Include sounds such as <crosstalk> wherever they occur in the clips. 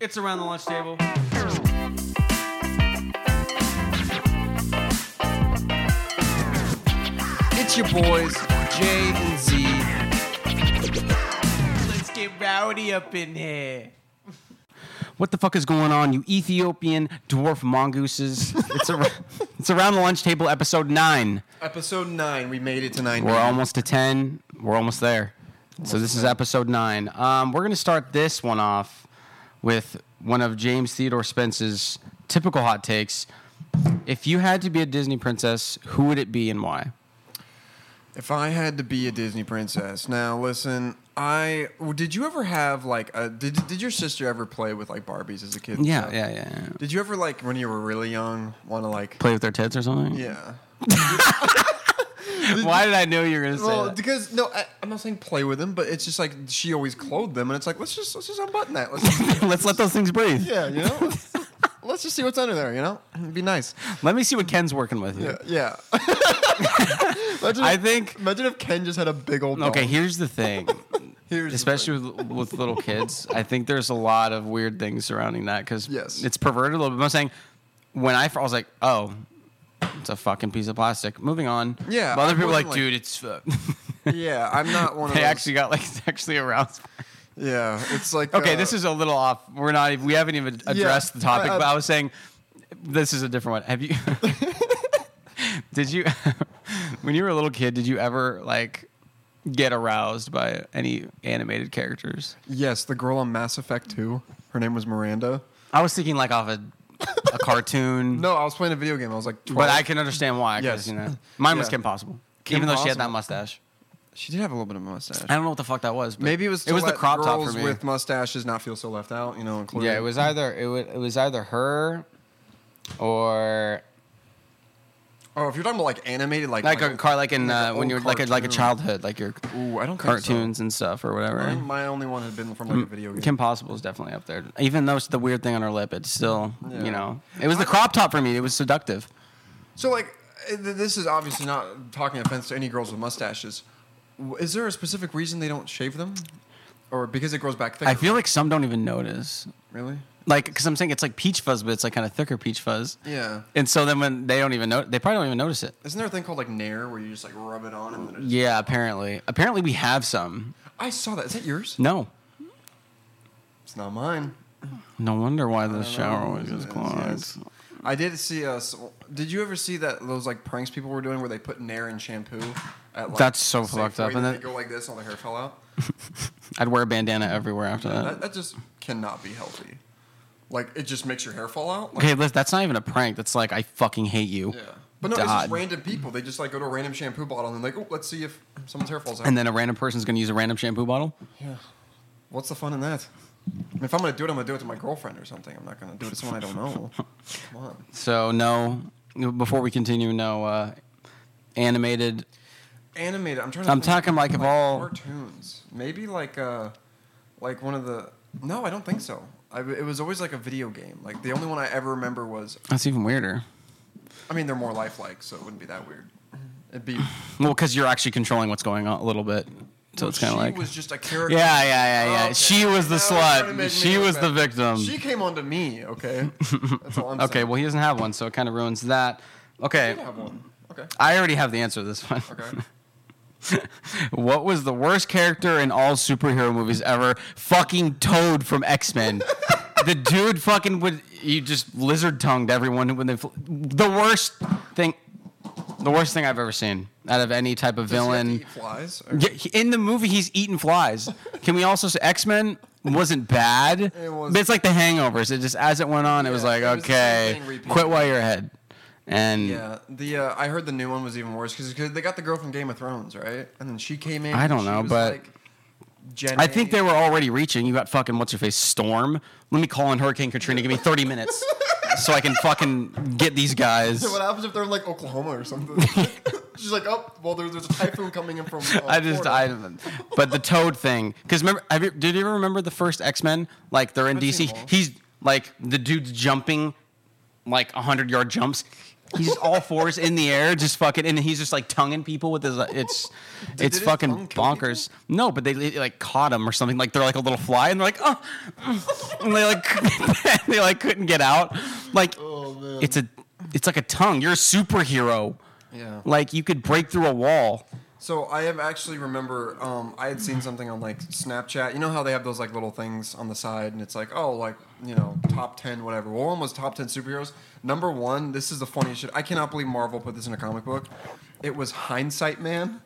It's around the lunch table. It's your boys, Jay and Z. Let's get rowdy up in here. What the fuck is going on, you Ethiopian dwarf mongooses? It's, ar- <laughs> it's around the lunch table, episode nine. Episode 9, we made it to 9. We're almost to 10. We're almost there. so, this is episode 9. Um, we're going to start this one off with one of James Theodore Spence's typical hot takes. If you had to be a Disney princess, who would it be and why? If I had to be a Disney princess, now listen, I well, did you ever have like a did did your sister ever play with like Barbies as a kid? and Yeah, stuff? yeah, yeah. yeah. Did you ever like when you were really young want to like Play with their tits or something? yeah? <laughs> Why did I know you were going to say Well, that? because no, I, I'm not saying play with them, but it's just like she always clothed them, and it's like let's just let's just unbutton that. Let's <laughs> just, Let's let those things breathe. yeah, you know. Let's, let's just see what's under there. You know, it'd be nice. Let me see what Ken's working with. here. Yeah. yeah. <laughs> imagine, I if- think. imagine if Ken just had a big old. Okay, dong. here's the thing. <laughs> Here's the thing. Especially with, with little kids, I think there's a lot of weird things surrounding that because Yes. it's perverted a little bit. I'm saying when I, fir- I was like, oh, it's a fucking piece of plastic. Moving on. Yeah, But other I people are like, wasn't like- dude, it's. Uh, <laughs> Yeah, I'm not one of they those. actually got like <laughs> sexually aroused. Yeah, it's like Okay, uh, this is a little off. We're not. even- We haven't even addressed the topic. I- I- but I was saying, this is a different one. Have you? <laughs> did you, <laughs> when you were a little kid, did you ever like get aroused by any animated characters? yes, the girl on Mass Effect 2. Her name was Miranda. I was thinking like off a, <laughs> a cartoon. No, I was playing a video game. I was like 12. but I can understand why. 'cause, Yes. you <laughs> know, mine was Yeah. Kim Possible, even though she had that Possible. mustache. she did have a little bit of a mustache. I don't know what the fuck that was. But Maybe it was to it was the let crop top girls for me. with mustaches not feel so left out, you know, including Yeah, it was either it was, it was either her or Oh, if you're talking about like animated like like a car like in like uh, an when old you're like a, like a cartoon. childhood like your Ooh, I don't think so. cartoons and stuff or I whatever think My only one had been from Mm. like a video game. kim possible is definitely up there even though it's the weird thing on her lip it's still Yeah. you know it was the crop top for me it was seductive So like uh, th- this is obviously not talking offense to any girls with mustaches. W- Is there a specific reason they don't shave them? Or because it grows back thicker? i feel like some don't even notice really? like because i'm saying it's like peach fuzz but it's like kind of thicker peach fuzz Yeah. and so then when they don't even know they probably don't even notice it Isn't there a thing called like Nair where you just like rub it on and then it yeah apparently apparently we have some I saw that. Is that yours? no It's not mine. no wonder why the I shower don't know. always It is is, clogged yes. I did see us. Did you ever see that those like pranks people were doing where they put Nair in shampoo? At, like, That's so Safeway, fucked up, And isn't then they it? go like this, all the hair fell out. i'd wear a bandana everywhere after That, that just cannot be healthy. Like it just makes your hair fall out. Like, Okay, listen, that's not even a prank. That's like I fucking hate you. Yeah. But no, it's God. just random people. They just like go to a random shampoo bottle and like, oh, let's see if someone's hair falls out. And then a random person's gonna use a random shampoo bottle. yeah. What's the fun in that? I mean, if I'm gonna do it, I'm gonna do it to my girlfriend or something. I'm not gonna do it to someone I <laughs> don't know. Come on. So no, before we continue, no uh, animated. animated. I'm trying. To I'm think. talking like of all- cartoons. Maybe like uh, like one of the. No, I don't think so. I, it was always like a video game. Like the only one I ever remember was. That's even weirder. I mean, they're more lifelike, so it wouldn't be that weird. It'd be. Well, because you're actually controlling what's going on a little bit. So it's kind she of like. was just a character. yeah, yeah, yeah, yeah. Oh, Okay. She was the Now you're trying to slut. make She me look was the bad. victim. She came onto me. Okay. That's all <laughs> I'm okay, saying. well he doesn't have one, so it kind of ruins that. Okay, You have one. Okay. I already have the answer to this one. <laughs> Okay. What was the worst character in all superhero movies ever? Fucking Toad from X <laughs> Men. the dude fucking would you just lizard tongued everyone when they fl- the worst thing, the worst thing I've ever seen out of any type of Does he have to villain. eat flies. Yeah, he- in the movie, he's eating flies. Can we also say X Men wasn't bad? It was- But it's like the Hangovers. It just as it went on, it was Yeah, like it was the same okay, thing repeated. quit while you're ahead. And Yeah, the uh, I heard the new one was even worse because they got the girl from Game of Thrones, right? And then she came in. I and don't she know, was but- like, Jenny. I think they were already reaching. You got fucking what's her face storm. Let me call in Hurricane Katrina. Give me thirty minutes so I can fucking get these <laughs> guys. <laughs> What happens if they're in like Oklahoma <laughs> or something? She's like, oh, well, there, there's a typhoon coming in from. Uh, I just I, Florida." but the Toad thing because remember have you, did you ever remember the first X Men like they're in I've seen DC? them all. He's like the dude's jumping like hundred yard jumps. He's <laughs> just all fours in the air, just fucking, and he's just like tonguing people with his. uh, It's, it's his fucking tongue kill bonkers. No, but they they, like caught him or something. Like they're like a little fly, and they're like, oh, and they like <laughs> they like couldn't get out. Like Oh, man. it's a, it's like a tongue. You're a superhero. Yeah. Like you could break through a wall. So I have actually remember um, I had seen something on like Snapchat. You know how they have those like little things on the side, and it's like oh like you know top ten whatever. Well, one was top ten superheroes. Number one, this is the funniest shit. I cannot believe Marvel put this in a comic book. It was Hindsight Man,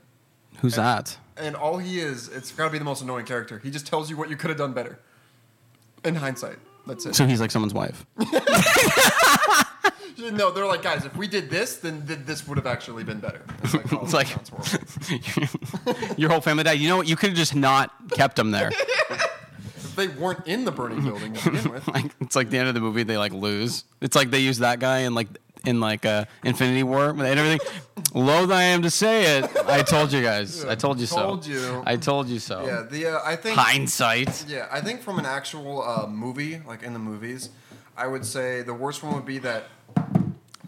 Who's that? and all he is, it's got to be the most annoying character. He just tells you what you could have done better. In hindsight, that's <laughs> it. So he's like someone's wife. no, they're like guys. If we did this, then th- this would have actually been better. <laughs> It's like, oh, It's like- sounds horrible. Your whole family died. You know what? You could have just not kept him there. <laughs> if they weren't in the burning building to <laughs> begin with. like it's like the end of the movie they like lose it's like they use that guy in like in like uh infinity war and everything loath i am to say it i told you guys i told you Told so you. i told you so Yeah, the uh, I think hindsight yeah, I think from an actual uh, movie, like in the movies, I would say the worst one would be that.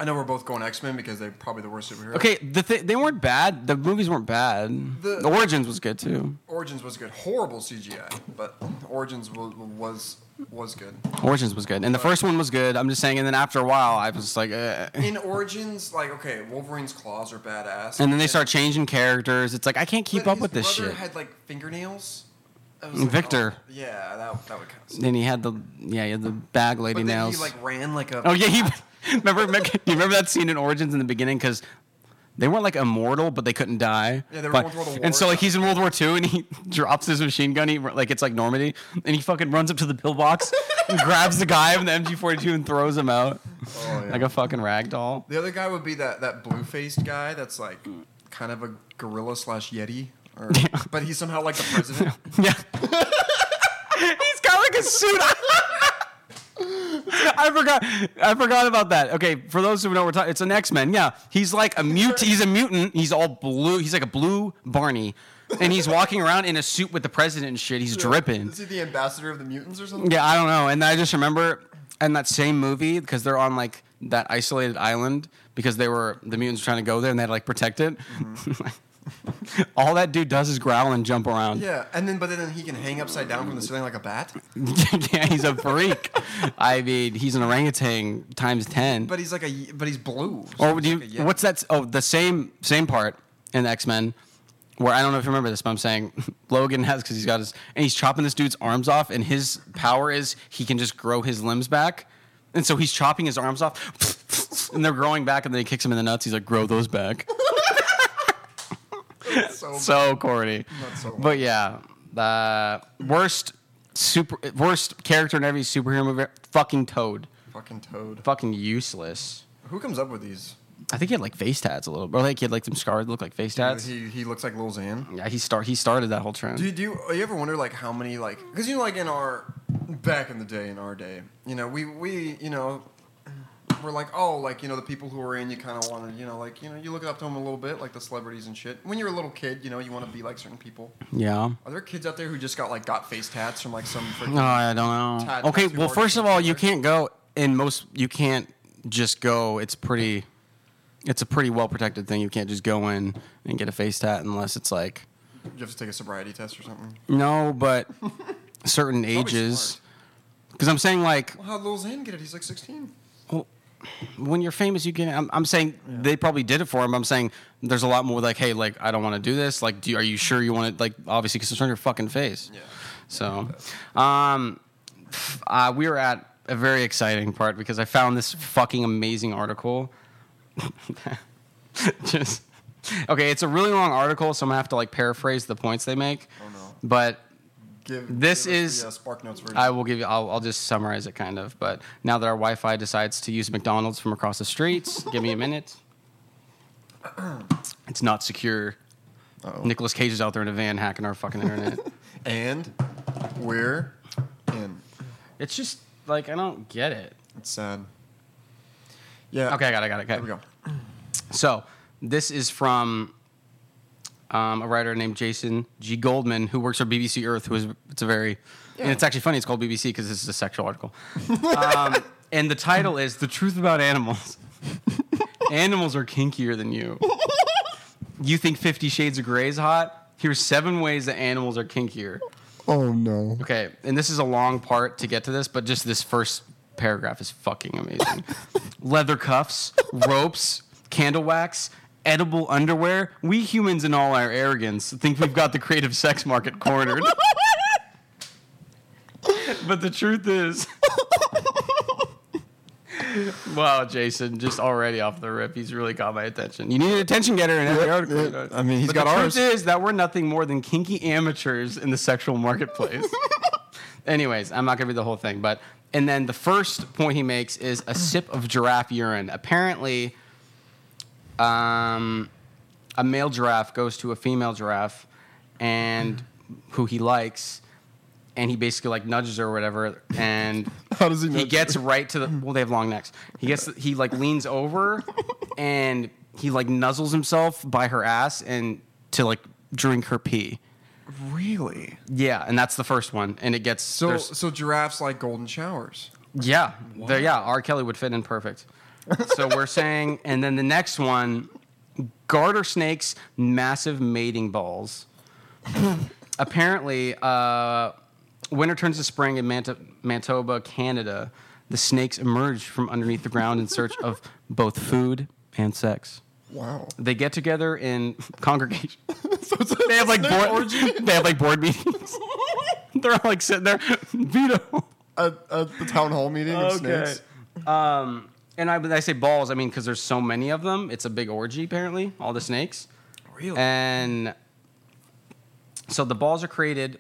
I know we're both going X Men because they're probably the worst superhero. okay the th- they weren't bad the movies weren't bad The- the origins was good too Origins was good, horrible CGI, but Origins wa- was was good. origins was good and the first one was good i'm just saying and then after a while i was like eh. In Origins, like okay, Wolverine's claws are badass, and then they start changing characters it's like i can't keep but up with his this brother shit Had like fingernails. I was Victor. oh, yeah, that that would kind of. then he had the yeah he had the bag lady But then nails he like ran like a. Oh yeah, he <laughs> remember. remember- You remember that scene in Origins in the beginning because they weren't like immortal, but they couldn't die. Yeah, they were But- World War II And so like wars. he's in World War II and he <laughs> drops his machine gun. He like it's like Normandy, and he fucking runs up to the pillbox and grabs the guy with the MG42 and throws him out Oh, yeah. like a fucking rag doll. The other guy would be that that blue faced guy that's like kind of a gorilla slash yeti, <laughs> or, but he's somehow like the president. Yeah. He's got like a suit. on. I forgot. I forgot about that. Okay, for those who know, we're talking. It's an X Men. Yeah, he's like a mute. He's a mutant. He's all blue. He's like a blue Barney, and he's walking around in a suit with the president and shit. He's dripping. Is he the ambassador of the mutants or something? Yeah, I don't know. And I just remember in that same movie because they're on like that isolated island because they were the mutants were trying to go there and they had to like protect it. <laughs> all that dude does is growl and jump around. Yeah, and then but then he can hang upside down from the ceiling like a bat. <laughs> yeah, he's a freak. I mean, he's an orangutan times ten. But he's like a y- but he's blue. so or he's do you, like a yeti. what's that? s- Oh, the same same part in X Men, where I don't know if you remember this, but I'm saying <laughs> Logan has because he's got his and he's chopping this dude's arms off, and his power is he can just grow his limbs back, and so he's chopping his arms off, <laughs> and they're growing back, and then he kicks him in the nuts. He's like, "Grow those back." <laughs> so, so corny. Not so but yeah, uh, worst super worst character in every superhero movie. Fucking Toad. fucking toad? fucking useless. Who comes up with these? I think he had like face tats a little, bit. or like he had like some scarred look like face tats. he he looks like Lil Xan. yeah, he start he started that whole trend. Do you, do you, you ever wonder like how many like because you know like in our back in the day in our day you know we we you know we're like oh like you know the people who are in you kind of want to you know like you know you look up to them a little bit like the celebrities and shit when you're a little kid you know you want to be like certain people yeah. are there kids out there who just got like got face tats from like some freaking No, I don't Tat- know. Okay, tattoo well, first artist of all, you can't go in most. You can't just go. It's pretty. It's a pretty well protected thing. You can't just go in and get a face tat unless it's like you have to take a sobriety test or something no, <laughs> but certain Probably ages. smart. Because I'm saying like well, how'd Lil Xan get it he's like 16 when you're famous, you can. I'm, I'm saying they probably did it for him. I'm saying there's a lot more like, hey, like I don't want to do this. Like, do you, are you sure you want to? Like, obviously, because it's on your fucking face. yeah So, um, f- uh, we were at a very exciting part because I found this fucking amazing article. <laughs> Just okay, it's a really long article, so I'm gonna have to like paraphrase the points they make. Oh, no. But give This give us is- the, uh, spark notes version I will give you. I'll, I'll just summarize it kind of. But now that our Wi-Fi decides to use McDonald's from across the <laughs> streets, give me a minute. It's not secure. Uh-oh. Nicholas Cage is out there in a van hacking our fucking internet. and we're in <laughs> it's just like I don't get it. it's sad yeah Okay, I got it. I got it. Okay. here we go So this is from um, a writer named Jason G. Goldman, who works for BBC Earth. Who is it's a very and it's actually funny. It's called BBC because this is <laughs> a sexual article. um, and the title is "The Truth About Animals." <laughs> Animals are kinkier than you. You think Fifty Shades of Grey is hot? Here's seven ways that animals are kinkier. Oh no. Okay, and this is a long part to get to this, but just this first paragraph is fucking amazing. Leather cuffs, ropes, candle wax, edible underwear. We humans, in all our arrogance, think we've got the creative sex market cornered. but the truth is. <laughs> Wow, Jason, just already off the rip, he's really caught my attention. You need an attention getter in every Yeah, article. yeah. you know. I mean, he's But got the ours. Truth is that we're nothing more than kinky amateurs in the sexual <laughs> marketplace. Anyways, I'm not gonna read the whole thing, but and then the first point he makes is a sip of giraffe urine. Apparently, um, a male giraffe goes to a female giraffe, and who he likes, and he basically like nudges her or whatever, and <laughs> How does he know? he gets right to the well they have long necks he gets he like leans over and he like nuzzles himself by her ass and to like drink her pee Really? yeah and that's the first one and it gets So there's- so giraffes like golden showers. yeah there yeah r kelly would fit in perfect so we're saying and then the next one garter snakes massive mating balls apparently uh, winter turns to spring in Manta- manitoba canada the snakes emerge from underneath the ground in search of both food and sex Wow. they get together in <laughs> congregation they have like board <laughs> they have like board meetings they're all like sitting there <laughs> veto At, at the town hall meeting of snakes. um and I, when I say balls, I mean because there's so many of them. It's a big orgy, apparently, all the snakes. Really? And so the balls are created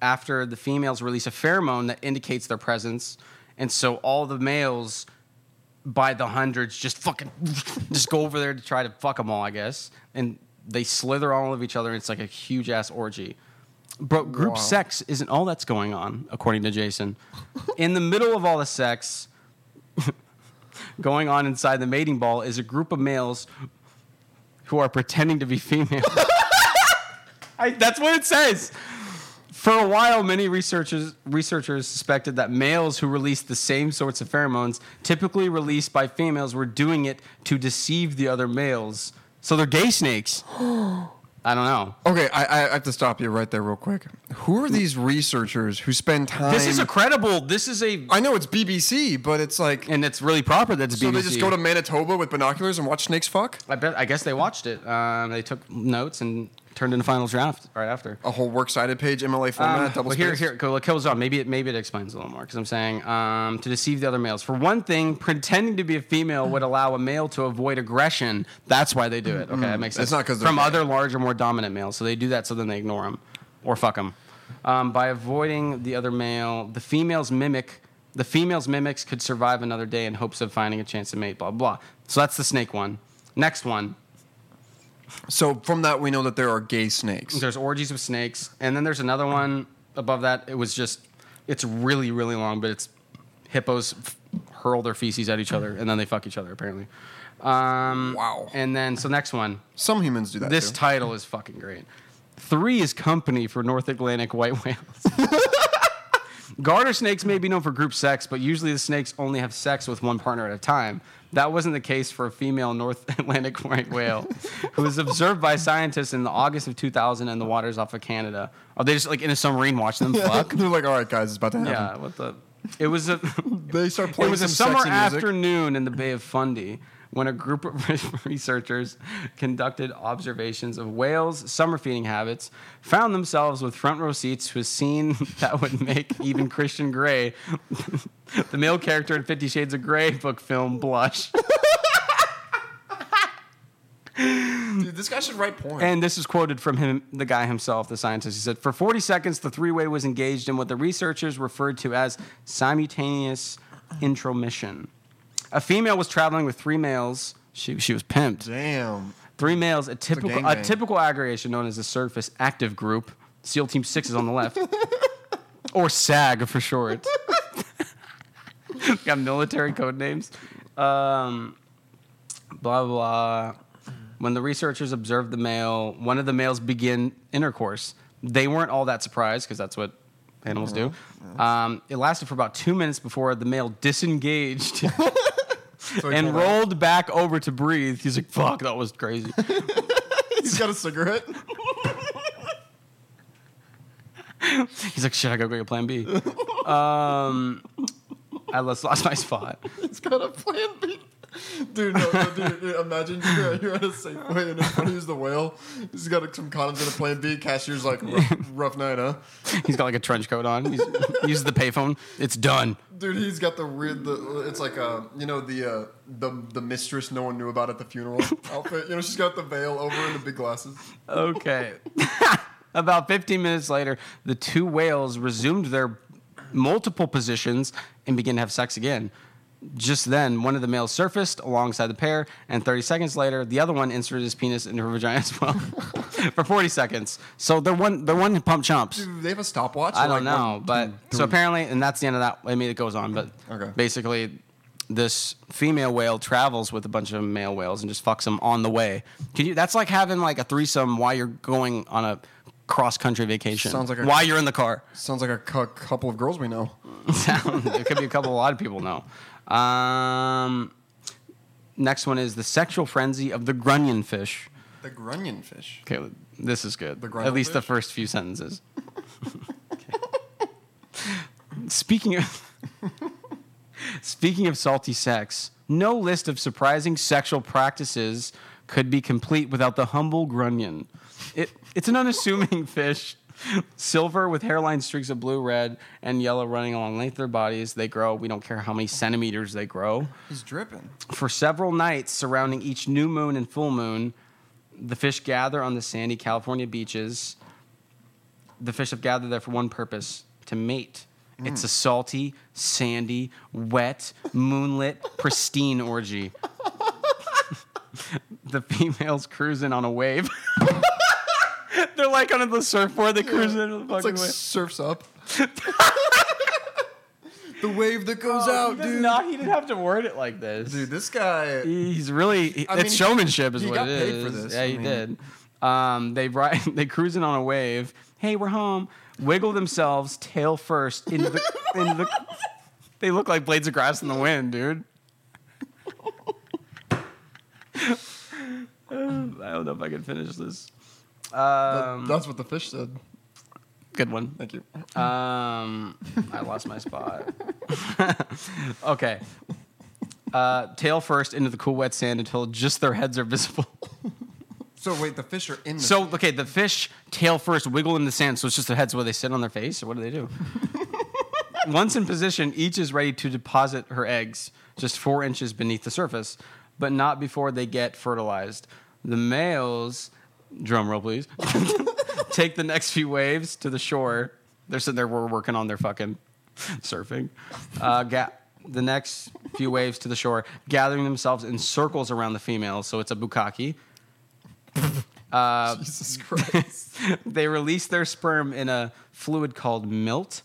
after the females release a pheromone that indicates their presence. And so all the males, by the hundreds, just fucking just go over there to try to fuck them all, I guess. And they slither all of each other. And it's like a huge ass orgy. But group Wow. sex isn't all that's going on, according to Jason. In the middle of all the sex, going on inside the mating ball is a group of males who are pretending to be females. <laughs> I, that's what it says. For a while, many researchers researchers suspected that males who released the same sorts of pheromones, typically released by females, were doing it to deceive the other males. So they're gay snakes. I don't know. Okay, I, I have to stop you right there real quick. Who are these researchers who spend time? This is a credible. This is a, I know it's BBC, but it's like. and it's really proper. That's so BBC. they just go to Manitoba with binoculars and watch snakes fuck? I bet. I guess they watched it. Um, they took notes and turned in a final draft right after. A whole works cited page, MLA Um, format, double well, here, spaced? here, go. It goes on. Maybe it, maybe it explains a little more because I'm saying um, to deceive the other males. For one thing, pretending to be a female would allow a male to avoid aggression. That's why they do it. Okay, that makes sense. It's Mm-hmm. not 'cause they're from gay. other larger, more dominant males. So they do that so then they ignore them or fuck them. Um, by avoiding the other male, the females mimic. The females mimics could survive another day in hopes of finding a chance to mate. Blah blah. So that's the snake one. Next one. So from that, we know that there are gay snakes. There's orgies with snakes, and then there's another one above that. It was just, it's really really long, but it's hippos f- hurl their feces at each other, and then they fuck each other apparently. Um, Wow. And then so next one, Some humans do that. this too. title is fucking great. Three is company for North Atlantic white whales. Garter snakes may be known for group sex, but usually the snakes only have sex with one partner at a time. That wasn't the case for a female North <laughs> Atlantic white whale, who was observed by scientists in the August of 2000 in the waters off of Canada. Are they just like in a submarine watching them fuck? <laughs> They're like, all right, guys, it's about to happen. yeah, what the? It was a. They start It playing was a some summer sexy music. afternoon in the Bay of Fundy when a group of <laughs> researchers conducted observations of whales' summer feeding habits, found themselves with front row seats to a scene <laughs> that would make even Christian Grey, <laughs> the male character in Fifty Shades of Grey book film, blush. Dude, this guy should write porn. And this is quoted from him, the guy himself, the scientist. He said, "For 40 seconds, the three-way was engaged in what the researchers referred to as simultaneous intromission. A female was traveling with three males. She she was pimped. Damn. Three males, a typical a, gangbang. typical aggregation known as the surface active group. SEAL Team Six is on the left, or SAG for short. Got military code names. Um, blah blah. When the researchers observed the male, one of the males begin intercourse. They weren't all that surprised because that's what animals do. Um, it lasted for about two minutes before the male disengaged So he and pulled out. rolled back over to breathe. He's like, "Fuck, that was crazy." <laughs> He's got a cigarette. <laughs> He's like, "Shit, I gotta go get Plan B." Um, I lost, lost my spot. He's got a plan B. Dude, no, no dude, dude, imagine you're, you're at a Safeway and in front of you is the whale. He's got some condoms and a plan B. Cashier's like, <laughs> rough, rough night, huh? He's got like a trench coat on. He's, he uses the payphone. It's done. Dude, he's got the weird. The, it's like uh, you know the uh, the the mistress no one knew about at the <laughs> funeral outfit. You know she's got the veil over and the big glasses. Okay. <laughs> About 15 minutes later, the two whales resumed their multiple positions and began to have sex again. Just then, one of the males surfaced alongside the pair, and 30 seconds later, the other one inserted his penis into her vagina as well <laughs> for 40 seconds. So they're one, they're one pump chumps. Dude, they have a stopwatch. I They're don't like, know, but so apparently, and that's the end of that. I mean, it goes on, but Okay. basically, this female whale travels with a bunch of male whales and just fucks them on the way. Can you? That's like having like a threesome while you're going on a cross country vacation. Sounds like a- while you're in the car. <laughs> Sounds like a cu- couple of girls we know. Sound- it could be a couple. A lot of people know. Um, next one is the sexual frenzy of the grunion fish. The grunion fish. Okay, this is good. The gruntle At least the fish? first few sentences. Okay. Speaking of <laughs> Speaking of salty sex, no list of surprising sexual practices could be complete without the humble grunion. It, it's an unassuming fish, silver with hairline streaks of blue, red, and yellow running along length of their bodies. They grow, we don't care how many centimeters they grow He's dripping. for several nights surrounding each new moon and full moon, the fish gather on the sandy California beaches. The fish have gathered there for one purpose to mate. Mm. It's a salty, sandy, wet, moonlit, <laughs> pristine orgy. <laughs> the females cruising on a wave. <laughs> They're like on the surfboard, they cruise in on the It's fucking like wave. surfs <laughs> up. the wave that goes out, Oh, he does dude. not- he didn't have to word it like this. Dude, this guy. He's really he- I it's mean, he- showmanship is he what got it paid for is. this, Yeah, I he mean. did. Um, they ride, <laughs> they cruising on a wave. Hey, we're home. Wiggle themselves tail first into <laughs> the, into the. They look like blades of grass in the wind, <laughs> dude. Um, I don't know if I can finish this. uh, That- Um, that's what the fish said. good one. Thank you. Um, I lost my spot. <laughs> okay. Uh, tail first into the cool wet sand until just their heads are visible. So wait, the fish are in the. So okay, the fish tail first wiggle in the sand, so it's just their heads where they sit on their face, or what do they <laughs> do? Once in position, each is ready to deposit her eggs just four inches beneath the surface, but not before they get fertilized. The males, drum roll please, <laughs> take the next few waves to the shore. They're sitting there, we're working on their fucking surfing. Uh, ga- the next few waves to the shore, gathering themselves in circles around the females, so it's a bukkake. uh, <laughs> Jesus Christ. they release their sperm in a fluid called milt.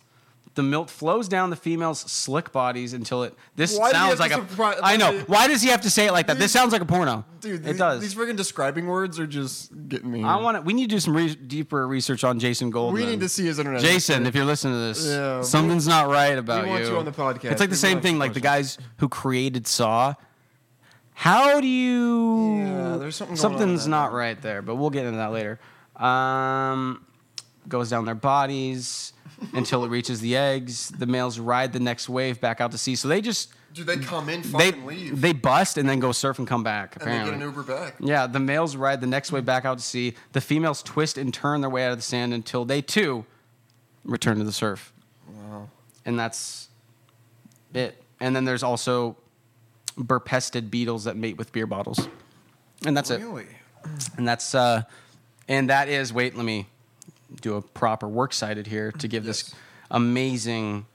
The milt flows down the female's slick bodies until it. This Why do you have sounds like to a. surpri- I know. like, Why does he have to say it like that? This these- sounds like a porno. Dude, it these, does. These freaking describing words are just getting me. I want to. We need to do some re- deeper research on Jason Goldman. we need to see his internet. Jason, if you're listening to this, Yeah, we- something's not right about want you on the podcast. It's like the We same want thing, you like the watching. guys who created Saw. How do you? Yeah, there's something going on with Something's that. not right there, but we'll get into that later. Um, goes down their bodies until it reaches the eggs. The males ride the next wave back out to sea. So they just Dude, they come in, they fucking leave, they bust and then go surf and come back. and they Apparently, get an Uber back. yeah, the males ride the next way back out to sea. The females twist and turn their way out of the sand until they too return to the surf. And that's it. And then there's also burpested beetles that mate with beer bottles. And that's it. Really? And that's uh and that is wait, let me do a proper work cited here to give this Yes. amazing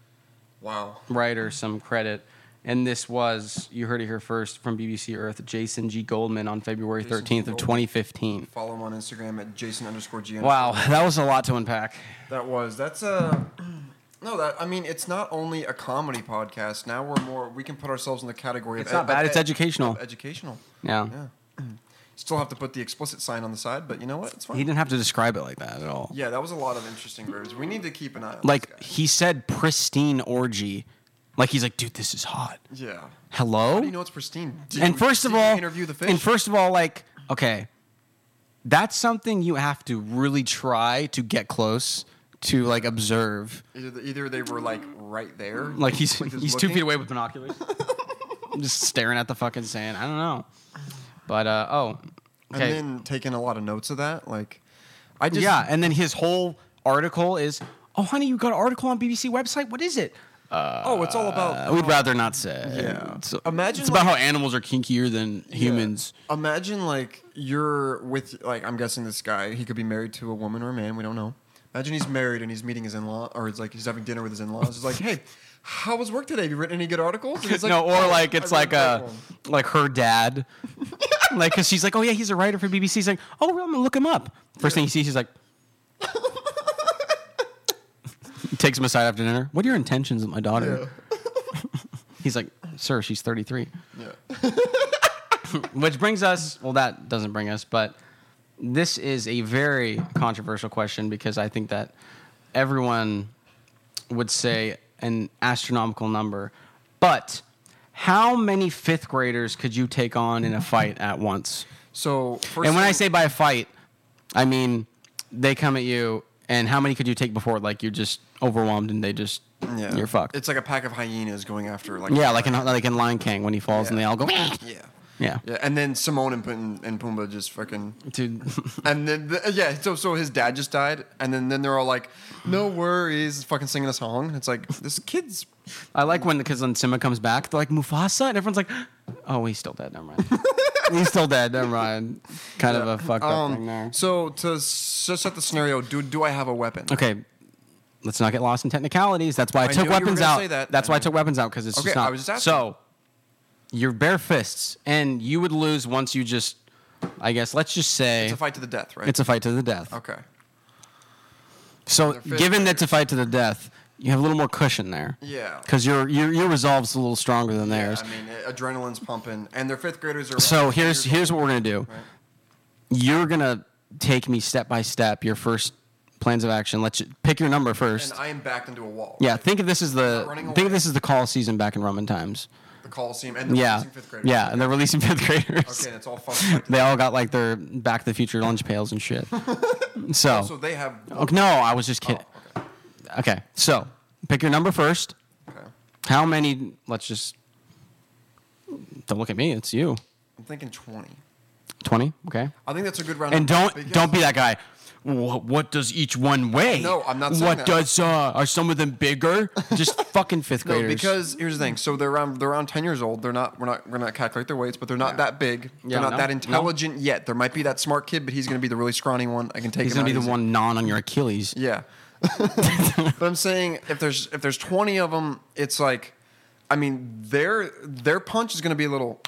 Wow. writer some credit. And this was, you heard it here first from BBC Earth, Jason G. Goldman on February Jason G. 13th of Goldman. 2015. Follow him on Instagram at Jason underscore GM. Wow, <laughs> that was a lot to unpack. That was. That's a. <clears throat> No, that I mean, it's not only a comedy podcast. Now we're more. We can put ourselves in the category. It's of not bad, it's educational. of Educational. Yeah. Yeah. <clears throat> Still have to put the explicit sign on the side, but you know what? It's fine. He didn't have to describe it like that at all. Yeah, that was a lot of interesting verbs. We need to keep an eye on. Like this guy. he said pristine orgy. Like he's like, dude, this is hot. Yeah. Hello. How do you know it's pristine? Did and you- first did of you all, interview the fish. And first of all, like, okay, that's something you have to really try to get close to, like, observe. either, either they were like right there, Like he's just he's two looking. feet away with <laughs> binoculars, just staring at the fucking sand. I don't know, but uh, oh, okay, and then taking a lot of notes of that. Like, I just yeah. And then his whole article is, oh, honey, you got an article on BBC website. What is it? Oh, it's all about. Uh, we'd rather not say. Yeah. It's- Imagine, it's about like- how animals are kinkier than humans. Yeah. Imagine like you're with like I'm guessing this guy. He could be married to a woman or a man. We don't know. Imagine he's married and he's meeting his in-law, or it's like he's having dinner with his in-laws. He's like, "Hey, how was work today? Have you written any good articles?" And he's <laughs> like, no, or "Oh, like I it's read like that a one." like her <laughs> dad, like because she's like, oh yeah, he's a writer for BBC. He's like, oh, well, I'm gonna look him up. First thing he sees, he's <laughs> like, takes him aside after dinner. What are your intentions with my daughter? He's like, sir, she's 33. Yeah. Which brings us, well, that doesn't bring us, but this is a very controversial question because I think that everyone would say an astronomical number. But how many fifth graders could you take on in a fight at once? So, first And when I thing- say by a fight, I mean they come at you, and how many could you take before like you're just overwhelmed and they just Yeah. you're fucked? It's like a pack of hyenas going after like yeah, <laughs> like in like in Lion King when he falls and Yeah. they all go. yeah. Yeah, Yeah, and then Simone and, Pum- and Pumbaa just fucking <laughs> dude. <laughs> And then the, yeah, so so his dad just died, and then then they're all like, "No worries," fucking singing a song. It's like this kid's I like when because when Simba comes back, they're like Mufasa, and everyone's like, "Oh, he's still dead. Never mind. <laughs> he's still dead. Never mind." Kind of a fucked up thing there. um. So to s- to set the scenario, do do I have a weapon? Okay, let's not get lost in technicalities. That's why I, I took knew you were weapons gonna out. say that. That's I why I knew. took weapons out because it's Okay, just not. I was just asking. so your bare fists, and you would lose once you just. I guess let's just say It's a fight to the death, right? It's a fight to the death. okay. So They're fifth given that's a fight to the death, you have a little more cushion there. Yeah. Because your your your resolve's a little stronger than Yeah, theirs. I mean, uh, adrenaline's pumping, and their fifth graders are. So like, here's years here's what we're gonna do. old, right? You're gonna take me step by step. Your first plans of action. Let's ju- pick your number first. And I am backed into a wall. yeah, right? think of this as the Not running think of away. this as the call season back in Roman times. the Coliseum, and they're yeah, releasing fifth graders. yeah, and they're releasing fifth graders. <laughs> Okay, and it's all fucked. They all got like their Back to the Future lunch pails and <laughs> shit. so, so Oh, they have. okay, no, I was just kidding. okay. so pick your number first. Okay. How many? Let's just don't look at me. It's you. I'm thinking twenty. Twenty. Okay. I think that's a good round. And number, don't because- don't be that guy. What, what does each one weigh? No, I'm not saying What that. does uh, are some of them bigger? <laughs> Just fucking fifth No, graders. because here's the thing. So they're around they're around ten years old. They're not we're not we're not calculate their weights, but they're not that big. Yeah, they're not no, that no. intelligent yet. There might be that smart kid, but he's gonna be the really scrawny one. I can take. he's him gonna be the out easy. one non on your Achilles. <laughs> Yeah. but I'm saying if there's if there's twenty of them, it's like, I mean their their punch is gonna be a little.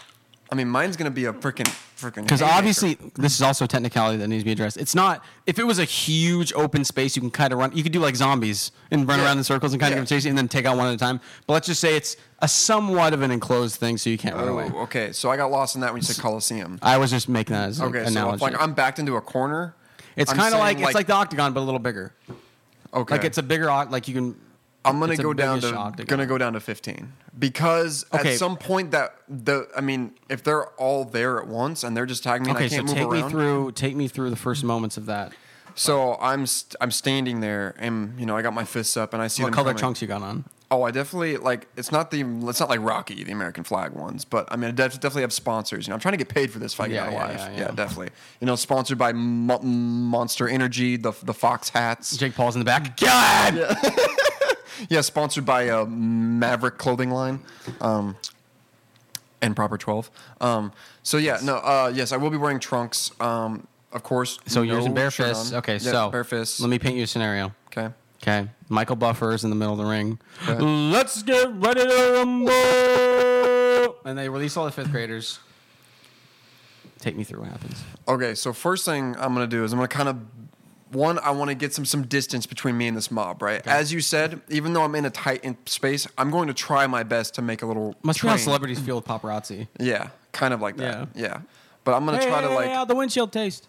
I mean mine's gonna be a freaking freaking. Because obviously, this is also a technicality that needs to be addressed. It's not if it was a huge open space, you can kind of run. You could do like zombies and run Yeah. around in circles and kind Yeah. of chase and then take out one at a time. But let's just say it's a somewhat of an enclosed thing, so you can't run away. Oh, okay. So I got lost in that when you said Coliseum. I was just making that as an Okay, so analogy. if, like I'm backed into a corner. it's I'm kind of saying, like, it's like the octagon, but a little bigger. okay. Like it's a bigger oct- like you can. I'm gonna it's a go down biggish to octagon. gonna go down to 15 because Okay. at some point that the I mean if they're all there at once and they're just tagging me and Okay, I so can't take move me around. through take me through the first moments of that. So I'm st- I'm standing there and you know I got my fists up and I see What them color coming. chunks you got on? Oh, I definitely like it's not the it's not like Rocky the American flag ones, but I mean I def- definitely have sponsors. You know I'm trying to get paid for this fight Yeah, out yeah, alive. yeah, yeah. definitely. You know sponsored by Mo- Monster Energy, the the Fox hats. Jake Paul's in the back. God. Yeah, sponsored by uh, Maverick Clothing Line, um, and Proper Twelve. Um, so yeah, no, uh, yes, I will be wearing trunks. Um, of course. So you're no using bare shirt fists. on. Okay, Yeah, so bare fists. Let me paint you a scenario. Okay. Okay. Michael Buffer is in the middle of the ring. Okay. Let's get ready to rumble. and they release all the fifth graders. Take me through what happens. Okay, so first thing I'm gonna do is I'm gonna kind of one. I want to get some some distance between me and this mob, right? As you said, even though I'm in a tight in space, I'm going to try my best to make a little. Must be how train. celebrities feel with paparazzi. Yeah, kind of like that. Yeah. Yeah. But I'm gonna try to like. out the windshield taste.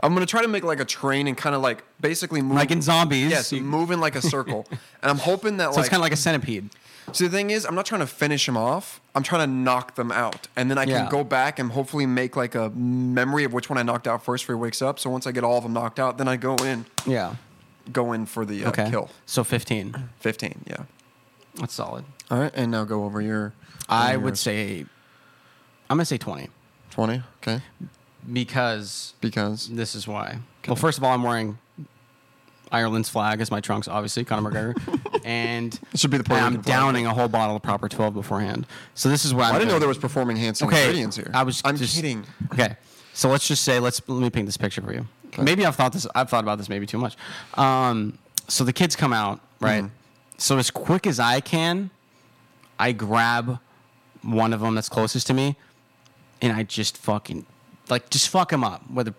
I'm gonna try to make like a train and kind of like basically move Like in zombies. Yes, you- move in like <laughs> a circle, and I'm hoping that so it's like kind of like a centipede. so the thing is, I'm not trying to finish them off. I'm trying to knock them out, and then I Yeah. can go back and hopefully make like a memory of which one I knocked out first before he wakes up. So once I get all of them knocked out, then I go in, Yeah. go in for the uh, Okay. kill. So 15. Fifteen, yeah. That's solid. All right, and now go over your. I over would your say, I'm going to say 20 twenty. Okay, because because this is why. Well, first of all, I'm wearing Ireland's flag as my trunks, obviously, Conor <laughs> McGregor. and It should be the and Puerto I'm Rican flag. downing a whole bottle of proper 12 beforehand. So this is what I'm I didn't know doing. there was performing enhanced okay, ingredients here. I was I'm just, kidding. Okay. So let's just say let's let me paint this picture for you. Maybe I've thought this I've thought about this maybe too much. Um, so the kids come out, right? Mm-hmm. So as quick as I can, I grab one of them that's closest to me and I just fucking like just fuck him up whether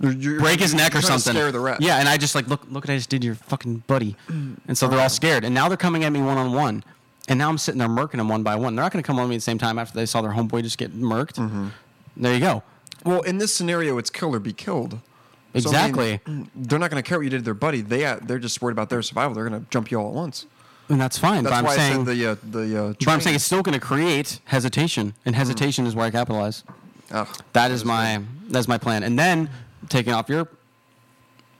You're- you're- break his you're neck or trying to something. Scare the rest. Yeah, and I just like look look what I just did to your fucking buddy. And so they're all scared. And now they're coming at me one on one. And now I'm sitting there murking them one by one. They're not gonna come on me at the same time after they saw their homeboy just get murked. Mm-hmm. There you go. Well, in this scenario, it's kill or be killed. So, I mean, Exactly. they're not going to care what you did to their buddy. They uh, they're just worried about their survival. They're going to jump you all at once. And that's fine. That's but why I'm saying I said the uh, the. Uh, but I'm train. saying it's still gonna create hesitation. And Hmm. hesitation is where I capitalize. Ah, That is my that's my plan. And then taking off your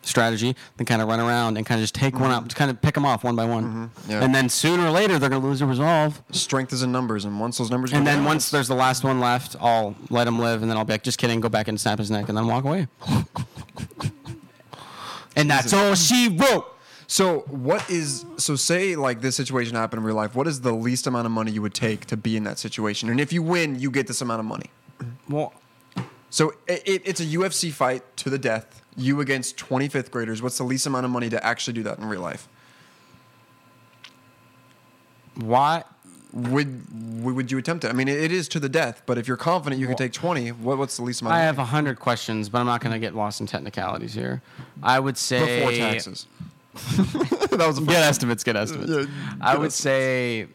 strategy, then kind of run around and kind of just take one out, kind of pick them off one by one. Hmm. Mm-hmm. Yeah. And then sooner or later they're gonna lose their resolve. strength is in numbers, and once those numbers. And go then down, once there's the last one left, I'll let him live, and then I'll be like, just kidding, go back and snap his neck, and then walk <laughs> away. and that's all she wrote. so what is so say like this situation happened in real life? What is the least amount of money you would take to be in that situation? And if you win, you get this amount of money. Well, So it, it, it's a UFC fight to the death. You against 25th graders. What's the least amount of money to actually do that in real life? why? Would would you attempt it? I mean, it, it is to the death. But if you're confident you can take 20, what, what's the least amount? I of have a hundred questions, but I'm not going to get lost in technicalities here. I would say before taxes. that was a Good estimates, good estimates. Yeah, I good would estimates. say.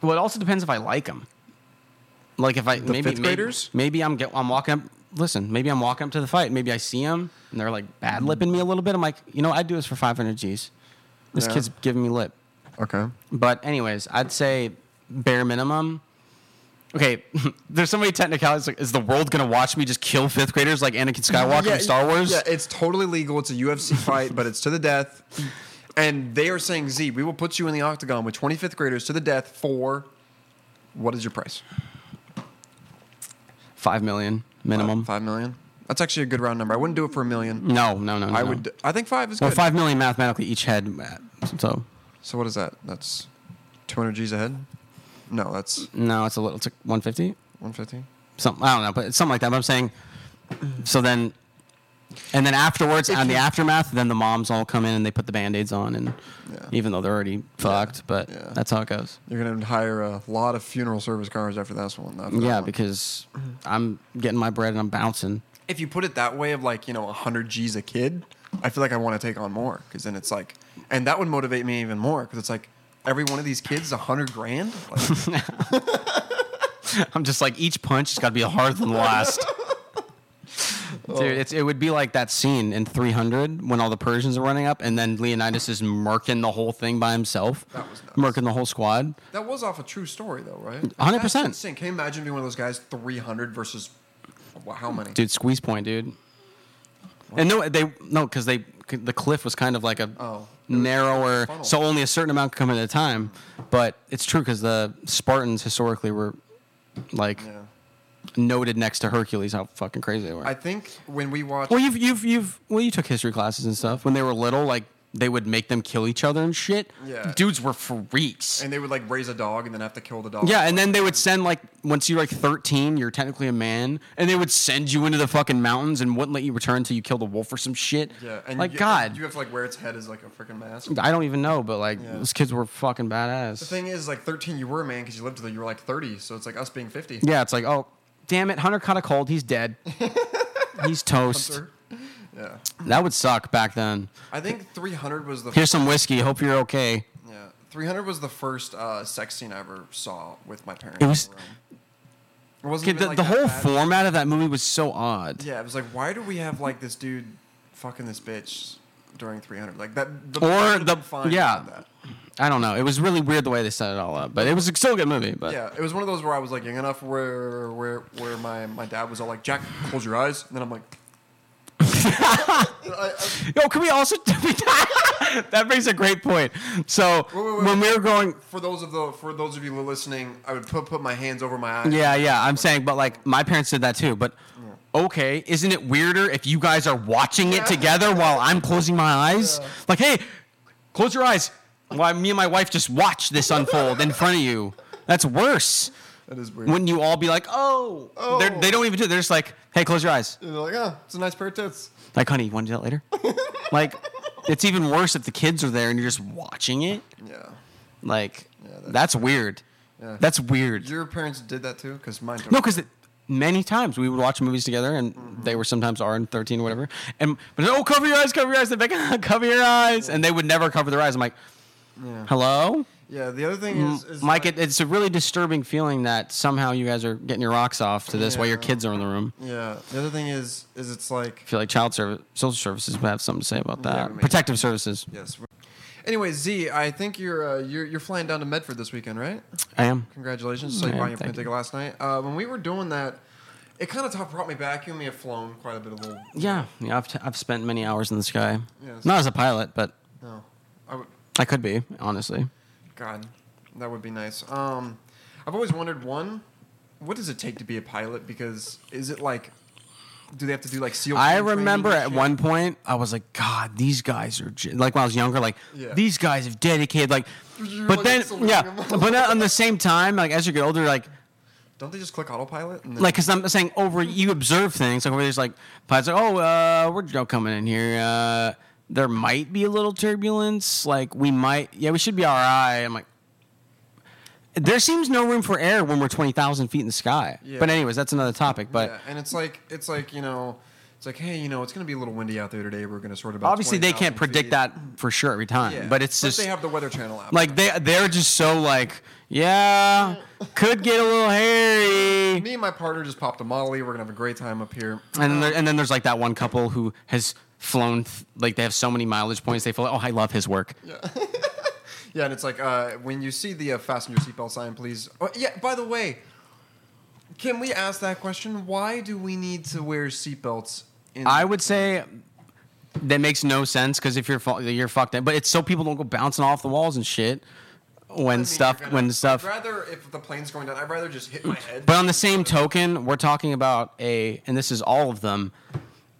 Well, it also depends if I like them. Like if I maybe fifth maybe- graders? Maybe, I'm get, I'm walking up. Listen, maybe I'm walking up to the fight. Maybe I see them and they're like bad lipping me a little bit. I'm like, you know, I do this for 500 G's. This Yeah. kid's giving me lip. okay. But anyways, I'd say bare minimum. Okay, <laughs> there's so many technicalities. Like, is the world gonna watch me just kill fifth graders like Anakin Skywalker in Star Wars? Yeah, it's totally legal. It's <laughs> a UFC fight, but it's to the death. And they are saying, Z, we will put you in the octagon with 25th graders to the death for what is your price? Five million minimum. Five million? That's actually a good round number. I wouldn't do it for a million. No, no, no, no. I no. would, I think five is Well, good. five million mathematically each head. uh, So So what is that? That's 200 G's ahead? No, that's no, it's a little. It's like one fifty. 150. Something I don't know, but it's something like that. But I'm saying. So then, and then afterwards, on the aftermath, then the moms all come in and they put the band aids on, and Yeah. even though they're already fucked, but yeah. that's how it goes. You're going to hire a lot of funeral service cars after this one. after that Yeah, one. because I'm getting my bread and I'm bouncing. if you put it that way of like you know 100 g's a kid i feel like i want to take on more because then it's like and that would motivate me even more because it's like every one of these kids is 100 grand <laughs> like, <laughs> I'm just like each punch has got to be harder than the <laughs> last. Dude, it's, it would be like that scene in 300 when all the Persians are running up, and then Leonidas is murking the whole thing by himself, That was nuts. murking the whole squad. that was off a true story though right 100%. That's insane. can you imagine being one of those guys 300 versus wow, how many Dude, squeeze point, dude. And no, they no, because they the cliff was kind of like a Oh. narrower, Funnel. so only a certain amount could come in at a time. But it's true because the Spartans historically were like yeah noted next to Hercules how fucking crazy they were. i think when we watch Well, you've you've you've well, you took history classes and stuff when they were little. Like they would make them kill each other and shit. Yeah. dudes were freaks. and they would like raise a dog and then have to kill the dog yeah, and then they would send like once you're like 13, you're technically a man, and they would send you into the fucking mountains and wouldn't let you return until you killed a wolf or some shit. yeah and like you, God, you have to like wear its head as like a freaking mask I don't even know, but like Yeah. those kids were fucking badass. the thing is like 13 you were a man because you lived till you were like 30 so it's like us being 50 yeah, it's like oh, damn it, Hunter caught a cold, he's <laughs> dead, he's toast. Hunter. yeah That would suck back then. I think 300 was the Here's some whiskey. Hope you're okay. yeah 300 was the first uh, sex scene I ever saw with my parents. It was- in the room. It wasn't Okay, even, the, like, the that whole bad. format of that movie was so odd. Yeah, it was like, why do we have like this dude fucking this bitch during 300? Like that. The Or would've the been fine yeah, with that. I don't know. It was really weird the way they set it all up, but it was still a good movie. But Yeah, it was one of those where I was like young enough where where where my, my dad was all like, Jack, close your eyes, and then I'm like, And I- I- yo, can we also? <laughs> that brings a great point. So Wait, wait, wait, when we were going, for those of the for those of you listening, I would put put my hands over my eyes. yeah, yeah, I'm saying, but like my parents did that too. But okay, isn't it weirder if you guys are watching it together while I'm closing my eyes? Like, hey, close your eyes. While me and my wife just watch this unfold in front of you. That's worse. that is weird. Wouldn't you all be like, oh, They're- they don't even do it. They're just like, hey, close your eyes. And they're like, oh, it's a nice pair of tits. Like, honey, you want to do that later? like, it's even worse if the kids are there and you're just watching it. Yeah, Like, that's- that's, weird. Yeah. That's weird. your parents did that too, because mine. Don't. no, because many times we would watch movies together and Mm-hmm. they were sometimes R and 13 or whatever. And, but oh, cover your eyes, cover your eyes. They're like, <laughs> cover your eyes. And they would never cover their eyes. I'm like, Yeah. hello? Yeah. The other thing is, is Mike, like- it, it's a really disturbing feeling that somehow you guys are getting your rocks off to this while your Yeah. kids are in the room. yeah. The other thing is, is it's like I feel like child service, social services would have something to say about Yeah, that. maybe. Protective services. yes. Anyway, Z, I think you're uh, you're you're flying down to Medford this weekend, right? I am. Congratulations, so you Yeah, bought your thank you. ticket last night. Uh, when we were doing that, it kind of brought me back. You and me have flown quite a bit of little. Yeah, yeah. I've, t- I've spent many hours in the sky. Yes. Not as a pilot, but No, I would. I could be honestly. God, that would be nice. Um, I've always wondered one, what does it take to be a pilot? Because is it like, do they have to do like SEAL? I team training remember and at shit? one point I was like, God, these guys are j-. like when I was younger, like Yeah. these guys have dedicated. <laughs> Like, You're but like then saluting yeah, them. but then on the same time, like as you get older, like Don't they just click autopilot? And then, like because I'm saying over you observe things like over there's like pilots like oh uh, we're just coming in here uh, there might be a little turbulence like we might yeah we should be all right I'm like there seems no room for error when we're twenty thousand feet in the sky Yeah. but anyways that's another topic but yeah, and it's like it's like you know, it's like hey, you know, it's gonna be a little windy out there today. We're gonna sort of obviously they can't predict that for sure every time but it's just they have the Weather Channel app. like they they're just so like yeah could get a little hairy me and my partner just popped a Molly. We're gonna have a great time up here. And then, there, and then there's like that one couple who has flown th- like they have so many mileage points they feel like oh I love his work. Yeah, and it's like uh, when you see the uh, fasten your seatbelt sign, please. Oh, yeah. By the way, can we ask that question? Why do we need to wear seatbelts? In- I would say that makes no sense because if you're fu- you're fucked up, but it's so people don't go bouncing off the walls and shit when I mean, stuff you're gonna- when stuff. I'd rather if the plane's going down, I'd rather just hit my head. But on the same token, we're talking about a and this is all of them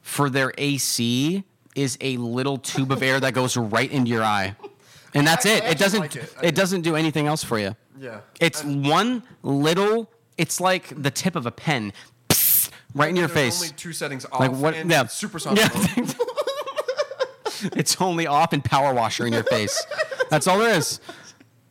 for their AC is a little tube of air that goes right into your eye. And that's I- I it. actually It doesn't like it. I it do. doesn't do anything else for you. yeah, It's And- one little. It's like the tip of a pen, Psst, right in your there's face. Only two settings off. like what? And yeah, supersonic. mode. Yeah. <laughs> it's only off and power washer in your face. That's all there is.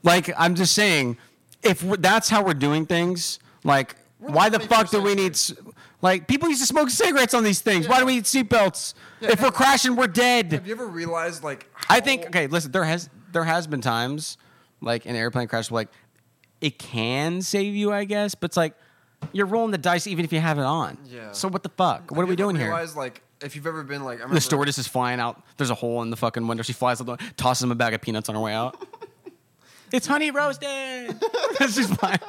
Like I'm just saying, if we that's how we're doing things, like in why the the fuck do 21st we need? s- Like people used to smoke cigarettes on these things. Why do we need seatbelts? if we're crashing, we're dead. Have you ever realized like? <laughs> I think how- okay, listen, there has there has been times like an airplane crash like it can save you, I guess, but it's like you're rolling the dice even if you have it on. Yeah. So what the fuck? What are have we you ever doing here? Realized like if you've ever been like I remember, The stewardess is flying out. There's a hole in the fucking window. She flies out, the tosses him a bag of peanuts on her way out. <laughs> it's honey roasted. <laughs> She's <laughs> flying.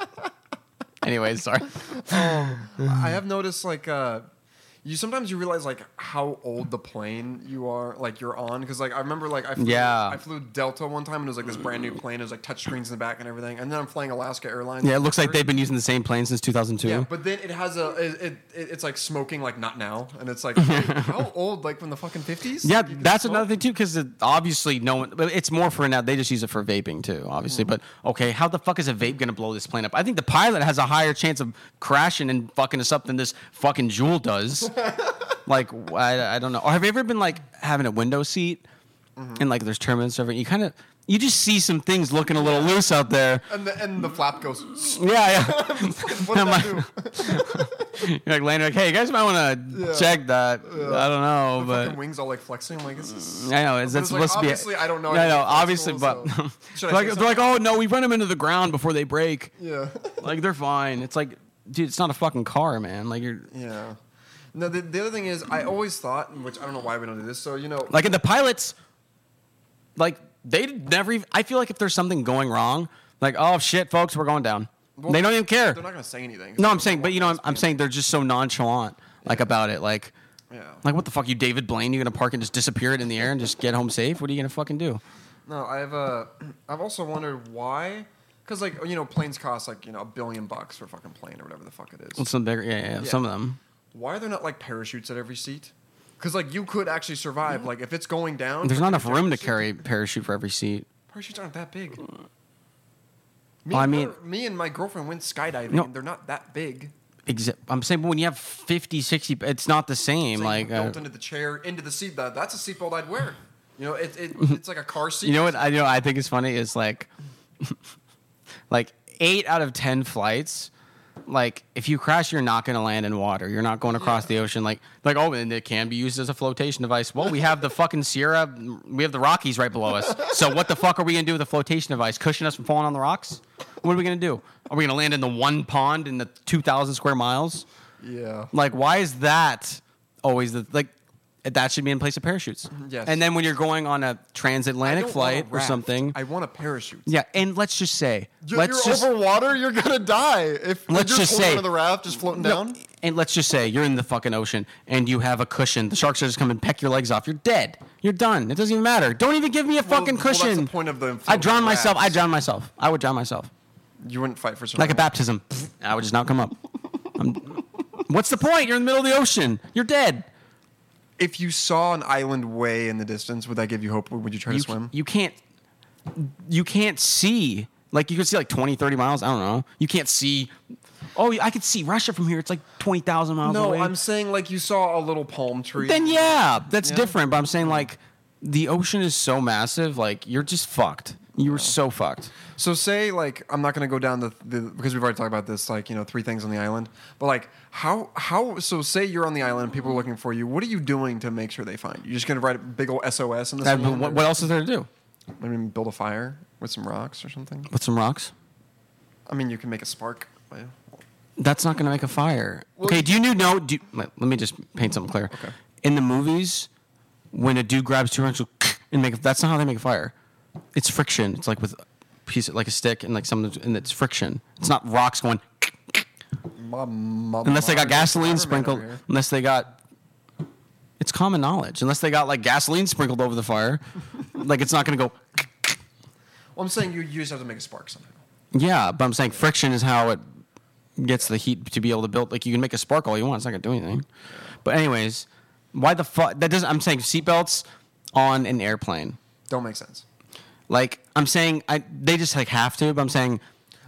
Anyways, sorry. I have noticed like uh you sometimes you realize like how old the plane you are like you're on because like I remember like I flew, Yeah. I flew Delta one time and it was like this brand new plane it was like touch screens in the back and everything and then I'm flying Alaska Airlines Yeah, it looks like they've been using the same plane since 2002. yeah but then it has a it, it, it it's like smoking like not now and <laughs> it's like how old like from the fucking fifties Yeah, that's another thing too, because obviously no one. but It's more for now. They just use it for vaping too, obviously. But okay, how the fuck is a vape gonna blow this plane up? I think the pilot has a higher chance of crashing and fucking us up than this fucking Jewel <laughs> does. like I, I don't know. Or have you ever been like having a window seat and like there's turbulence over? it, You kind of you just see some things looking a little loose out there. and the and the flap goes <laughs> Yeah, yeah. what did Am that I- do <laughs> You're like landing like, hey, you guys might want to check that. I don't know, but fucking wings all like flexing I'm like this is I know. Is that it's like, supposed to be? obviously, I don't know Yeah, I anything know. about Obviously, school, but <laughs> so- Should I like, say they're like, oh no, we run them into the ground before they break. yeah <laughs> Like they're fine. It's like dude, it's not a fucking car, man. Like you're Yeah. No, the, the other thing is, I always thought, which I don't know why we don't do this. So you know, like in the pilots, like they never. Even, I feel like if there's something going wrong, like oh shit, folks, we're going down. Well, they don't even care. they're not gonna say anything. no, I'm saying, but you know, I'm, I'm saying they're just so nonchalant like about it, like. Yeah. Like what the fuck, you David Blaine? You're gonna park and just disappear it in the air and just get home safe? What are you gonna fucking do? No, I've uh, I've also wondered why, because like you know, planes cost like you know a billion bucks for a fucking plane or whatever the fuck it is. Some bigger, yeah, yeah, yeah. Yeah. some of them. why are there not like parachutes at every seat? Because like you could actually survive. Like if it's going down, Mm-hmm. There's not enough fucking room to parachute- carry parachute for every seat. Parachutes aren't that big. Me Well, I and mean- her- me and my girlfriend went skydiving. No. and they're not that big. Exa- I'm saying, but when you have 50, 60, it's not the same. It's Like, uh, built into the chair, into the seat. That that's a seatbelt I'd wear. You know, it, <laughs> it it's like a car seat. you know what? I you know. I think is funny is like, <laughs> like eight out of ten flights. Like, if you crash, you're not going to land in water. You're not going across the ocean. Like, like oh, and it can be used as a flotation device. Well, we have the fucking Sierra, we have the Rockies right below us. So what the fuck are we going to do with a flotation device? Cushion us from falling on the rocks? What are we going to do? Are we going to land in the one pond in the two thousand square miles? Yeah. Like, why is that always the like? That should be in place of parachutes. Yes. And then when you're going on a transatlantic flight or something, I want a parachute. yeah. And let's just say, You're, let's you're just over water. You're gonna die if Let's you're just holding say- onto the raft, just floating No, down. and let's just say you're in the fucking ocean and you have a cushion. The sharks are just come and peck your legs off. You're dead. You're done. It doesn't even matter. Don't even give me a fucking well, that's the cushion. point of the I drown inflatable myself. I rafts. drown myself. I would drown myself You wouldn't fight for survival. like a baptism. I would just not come up. I'm- what's the point? You're in the middle of the ocean. You're dead. If you saw an island way in the distance, would that give you hope? Would you try you, to swim? you can't you can't see like you could see like 20 30 miles i don't know you can't see oh i could see russia from here it's like 20000 miles no, away I'm saying like you saw a little palm tree. then yeah that's Yeah. different but i'm saying like the ocean is so massive like you're just fucked you're so fucked So say like I'm not gonna go down the, the because we've already talked about this like you know three things on the island, but like how how so say you're on the island, people are looking for you. What are you doing to make sure they find you? You're just gonna write a big old SOS in the That- sand? what, what else is there to do I mean, build a fire with some rocks or something. with some rocks I mean, you can make a spark. Yeah. that's not going to make a fire. okay, do you knew- know? Do let, let me just paint something clear. Okay. In the movies, when a dude grabs two wrenches <laughs> and make a, that's not how they make a fire. It's friction. It's like with a piece like a stick and like something and it's friction. It's not rocks going <laughs> Ma- ma- unless they got ma- gasoline Bomberman sprinkled. over here. Unless they got it's common knowledge. Unless they got like gasoline sprinkled over the fire, <laughs> like it's not going to go. Well, I'm saying you, you just have to make a spark somehow. Yeah, but I'm saying friction is how it gets the heat to be able to build. Like you can make a spark all you want; it's not gonna do anything. But anyways, why the fuck? That doesn't. I'm saying seatbelts on an airplane. Don't make sense. Like I'm saying, I they just like have to. But I'm saying,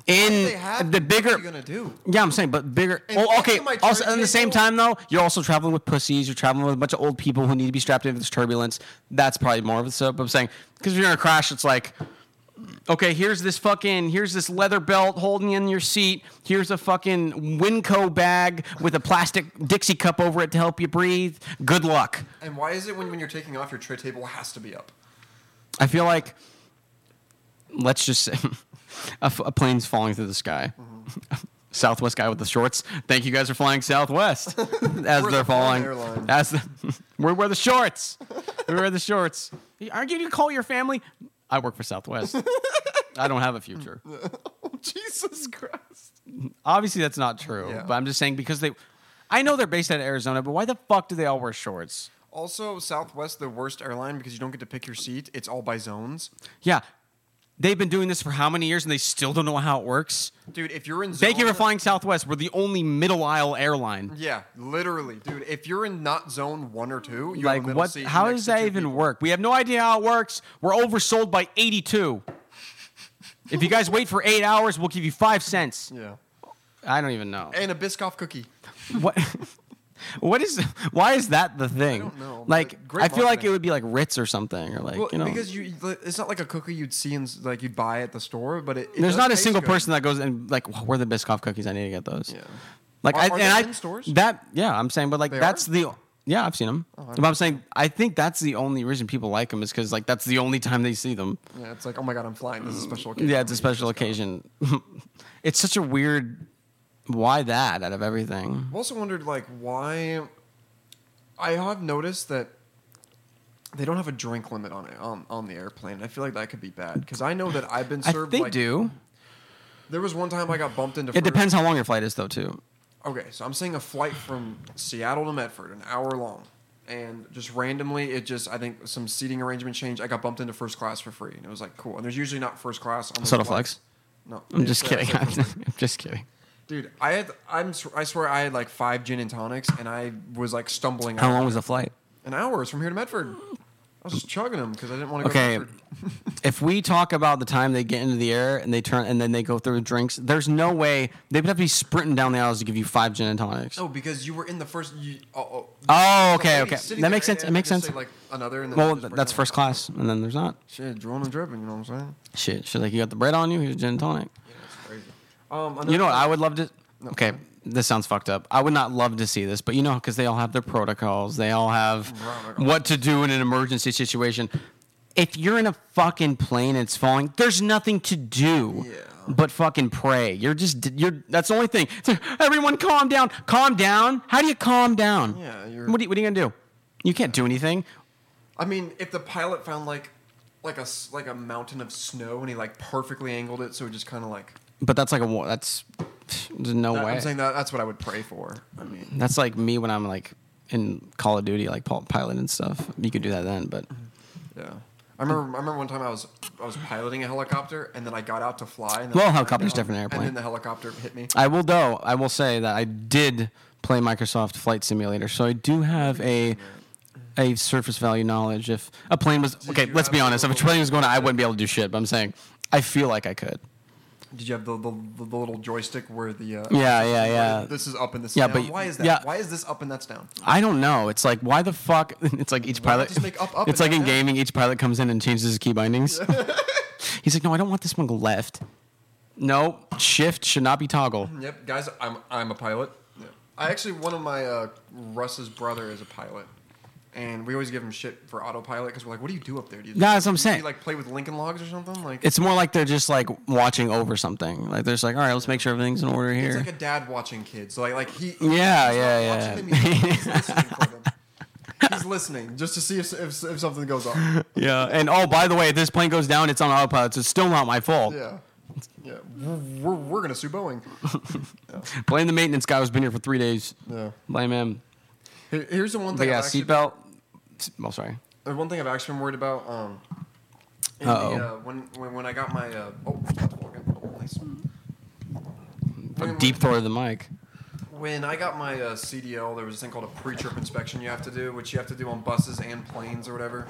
in They have the to. bigger. What are you gonna do? yeah, I'm saying, but bigger. And Oh, back okay. to my Also, turn, at the they same go- time, though, you're also traveling with pussies. You're traveling with a bunch of old people who need to be strapped in if there's turbulence. That's probably more of it. So, but I'm saying, because if you're in a crash, it's like, okay, here's this fucking, here's this leather belt holding you in your seat. Here's a fucking Winco bag with a plastic Dixie cup over it to help you breathe. Good luck. And why is it when, when you're taking off, your tray table has to be up? I feel like, let's just say, <laughs> a, f- a plane's falling through the sky. Mm-hmm. <laughs> Southwest guy with the shorts. Thank you guys for flying Southwest <laughs> as <laughs> We're the they're falling. foreign airline. As the, <laughs> we wear the <laughs> shorts. we wear the shorts. Aren't you going to call your family? I work for Southwest. <laughs> I don't have a future. Jesus Christ. Obviously, that's not true. Yeah. But I'm just saying because they, I know they're based out of Arizona, but why the fuck do they all wear shorts? Also, Southwest, the worst airline because you don't get to pick your seat. It's all by zones. Yeah, they've been doing this for how many years and they still don't know how it works. Dude, if you're in zone. Thank you for flying Southwest. We're the only middle aisle airline. Yeah, literally. Dude, if you're in not zone one or two, you Like have a middle what? seat How does next to that two even people. work? We have no idea how it works. We're oversold by eighty-two. if you guys wait for eight hours, we'll give you five cents. Yeah. I don't even know And a Biscoff cookie. what. <laughs> What is? Why is that the thing? don't know, but Like, great I feel like marketing. it would be like Ritz or something, or like Well, you know. because you, it's not like a cookie you'd see in like you'd buy at the store, but it, it There's does not a taste single good. person that goes and like, "Whoa, where are the Biscoff cookies? I need to get those. Yeah. Like Are- I are and they I in stores? that yeah, I'm saying, but like They that's are? Oh, the yeah, I've seen them. but I'm saying I think that's the only reason people like them is because like that's the only time they see them. Yeah, it's like oh my god, I'm flying. This is a special. Occasion. <laughs> Yeah, it's a special occasion. it's such a weird why that out of everything? I've also wondered like why I have noticed that they don't have a drink limit on it on, on the airplane. I feel like that could be bad because I know that I've been <laughs> I, served. they like, do. There was one time I got bumped into. It Fred- depends how long your flight is, though, too. Okay, so I'm seeing a flight from Seattle to Medford, an hour long, and just randomly, it just I think some seating arrangement change. I got bumped into first class for free, and it was like cool. And there's usually not first class on the Soda flex. No, I'm it's- just uh, kidding. <laughs> it's I'm like- just kidding. dude. I had I'm s- I swear I had like five gin and tonics, and I was like stumbling. How out. long was the flight? An hour is from here to Medford. I was just chugging them because I didn't want to Okay. go. to Medford. <laughs> if we talk about the time they get into the air and they turn and then they go through drinks, there's no way they would have to be sprinting down the aisles to give you five gin and tonics. No, because you were in the first. You, oh, oh, Oh, okay, Hey, okay. That sitting there makes and sense. they It makes just sense. say, like another, and then Well, they just that's break first class, and then there's not. down. Shit, drooling and dripping. You know what I'm saying? Shit, she's like, you got the bread on you. Here's gin and tonic. Yeah, that's crazy. Um, another You know what? thing- I would love to. Okay, this sounds fucked up. I would not love to see this, but you know, because they all have their protocols. They all have what to do in an emergency situation. If you're in a fucking plane and it's falling, there's nothing to do Yeah. but fucking pray. You're just you're. That's the only thing. It's like, everyone, calm down. Calm down. How do you calm down? Yeah, you're- What are you, what are you gonna do? You can't do anything. I mean, if the pilot found like, like a s- like a mountain of snow, and he like perfectly angled it, so it just kind of like. But that's like a war. That's there's no That, way. I'm saying that that's what I would pray for. I mean, That's like me when I'm like in Call of Duty, like pil- pilot and stuff. You could do that then, but Mm-hmm. yeah. I remember. I remember one time I was I was piloting a helicopter, and then I got out to fly. And then Well, I- helicopter's different than And airplane. then the helicopter hit me. I will though. I will say that I did play Microsoft Flight Simulator, so I do have a a surface value knowledge. If a plane was okay, you let's be have honest. If a little- plane was going, I wouldn't be able to do shit. But I'm saying I feel like I could. Did you have the the, the, the little joystick where the uh, Yeah, yeah, yeah. This is up and this is Yeah, down. but- why is that? yeah. Why is this up and that's down? I don't know. It's like why the fuck? <laughs> It's like each Why not pilot. just make up, <laughs> up it's and like in down, down? gaming, each pilot comes in and changes his key <laughs> bindings. He's like, no, I don't want this one left. No, shift should not be toggle. Yep, guys, I'm I'm a pilot. I actually one of my uh, Russ's brother is a pilot, and we always give him shit for autopilot because we're like, what do you do up there? Do you, No, that's what I'm do saying. you like play with Lincoln Logs or something? Like it's, It's more like they're just like watching over something. Like they're just like, all right, let's make sure everything's in order here. like a dad watching kids. So like like he Yeah, he's yeah, not yeah. watching them, he's, <laughs> he's listening for them. He's listening just to see if, if, if something goes off. yeah. And oh, by the way, if this plane goes down, it's on autopilot. So it's still not my fault. <laughs> Yeah. Yeah, we're, we're, we're gonna sue Boeing. Blame the maintenance guy who's been here for three days. Yeah. Blame him. Here- Here's the one But thing. yeah, I've actually- seatbelt. Oh, sorry. Uh, One thing I've actually been worried about. Um, in the, Uh-oh. uh, when, when when I got my uh, oh, oh, nice. When- Deep throated the mic. When I got my uh, CDL, there was a thing called a pre-trip inspection you have to do, which you have to do on buses and planes or whatever,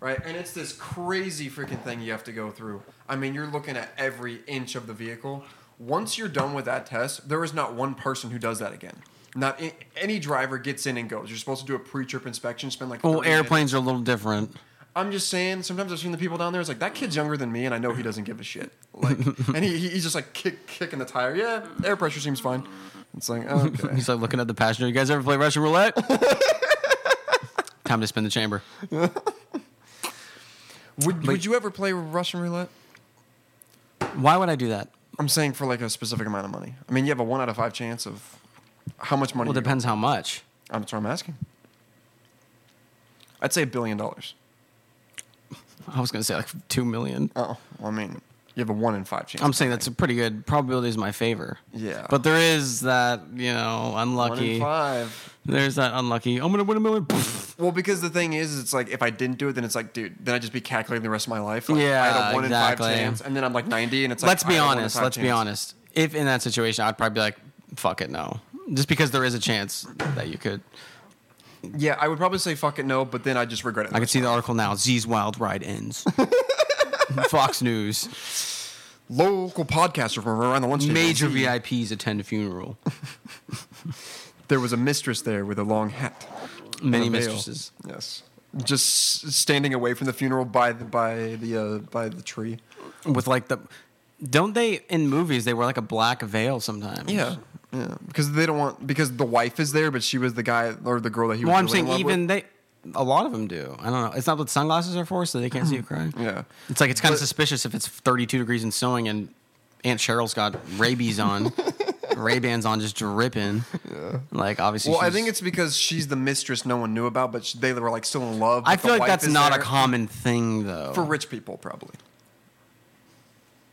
right? And it's this crazy freaking thing you have to go through. I mean, you're looking at every inch of the vehicle. Once you're done with that test, there is not one person who does that again. Not a- any driver gets in and goes. You're supposed to do a pre-trip inspection, spend like Well, 30 minutes. airplanes are a little different. I'm just saying. Sometimes I've seen the people down there. It's like that kid's younger than me, and I know he doesn't give a shit. <laughs> Like, and he, he's just like kick, kicking the tire. Yeah, air pressure seems fine. It's like oh, okay. <laughs> He's like looking at the passenger. You guys ever play Russian <laughs> roulette? Time to spin the chamber. would, would you ever play Russian roulette? Why would I do that? I'm saying for like a specific amount of money. I mean, you have a one out of five chance of how much money. Well, it you- depends how much. I'm sorry, I'm asking. I'd say a billion dollars. I was gonna say like two million. Oh, well, I mean, you have a one in five chance. I'm saying that's a pretty good probability is my favor. Yeah. But there is that, you know, one in unlucky. five. There's that unlucky. I'm gonna win a million. Pfft. Well, because the thing is, it's like if I didn't do it, then it's like, dude, then I'd just be calculating the rest of my life. Like, I had Yeah, a one in exactly. five chance, and then I'm like 90, and it's like, let's I be had a one in honest. five Let's be chance. honest. If in that situation, I'd probably be like, "Fuck it, no," just because there is a chance that you could. Yeah, I would probably say fuck it, no, but then I just regret it. I could see the article now. Z's wild ride ends. <laughs> Fox News. local podcaster from around the lunch table. Major VIPs attend <laughs> funeral. There was a mistress there with a long hat, Many and a veil. mistresses. Yes, just s- standing away from the funeral by the by the uh, by the tree. with like the. Don't they in movies? They wear like a black veil sometimes. yeah, because they don't want because the wife is there, but she was the guy or the girl that he Well, was. I'm really in saying love with. even they, a lot of them do. I don't know. It's not what sunglasses are for, so they can't see you crying. Mm-hmm. Yeah. It's like it's kind of But- <laughs> suspicious if it's 32 degrees and snowing and Aunt Cheryl's got rabies on, Ray Bans on, just dripping. Yeah. Like obviously. Well, I she's- think it's because she's the mistress no one knew about, but sh they were like still in love. I but the feel like wife that's is not there. a common thing though. for rich people probably.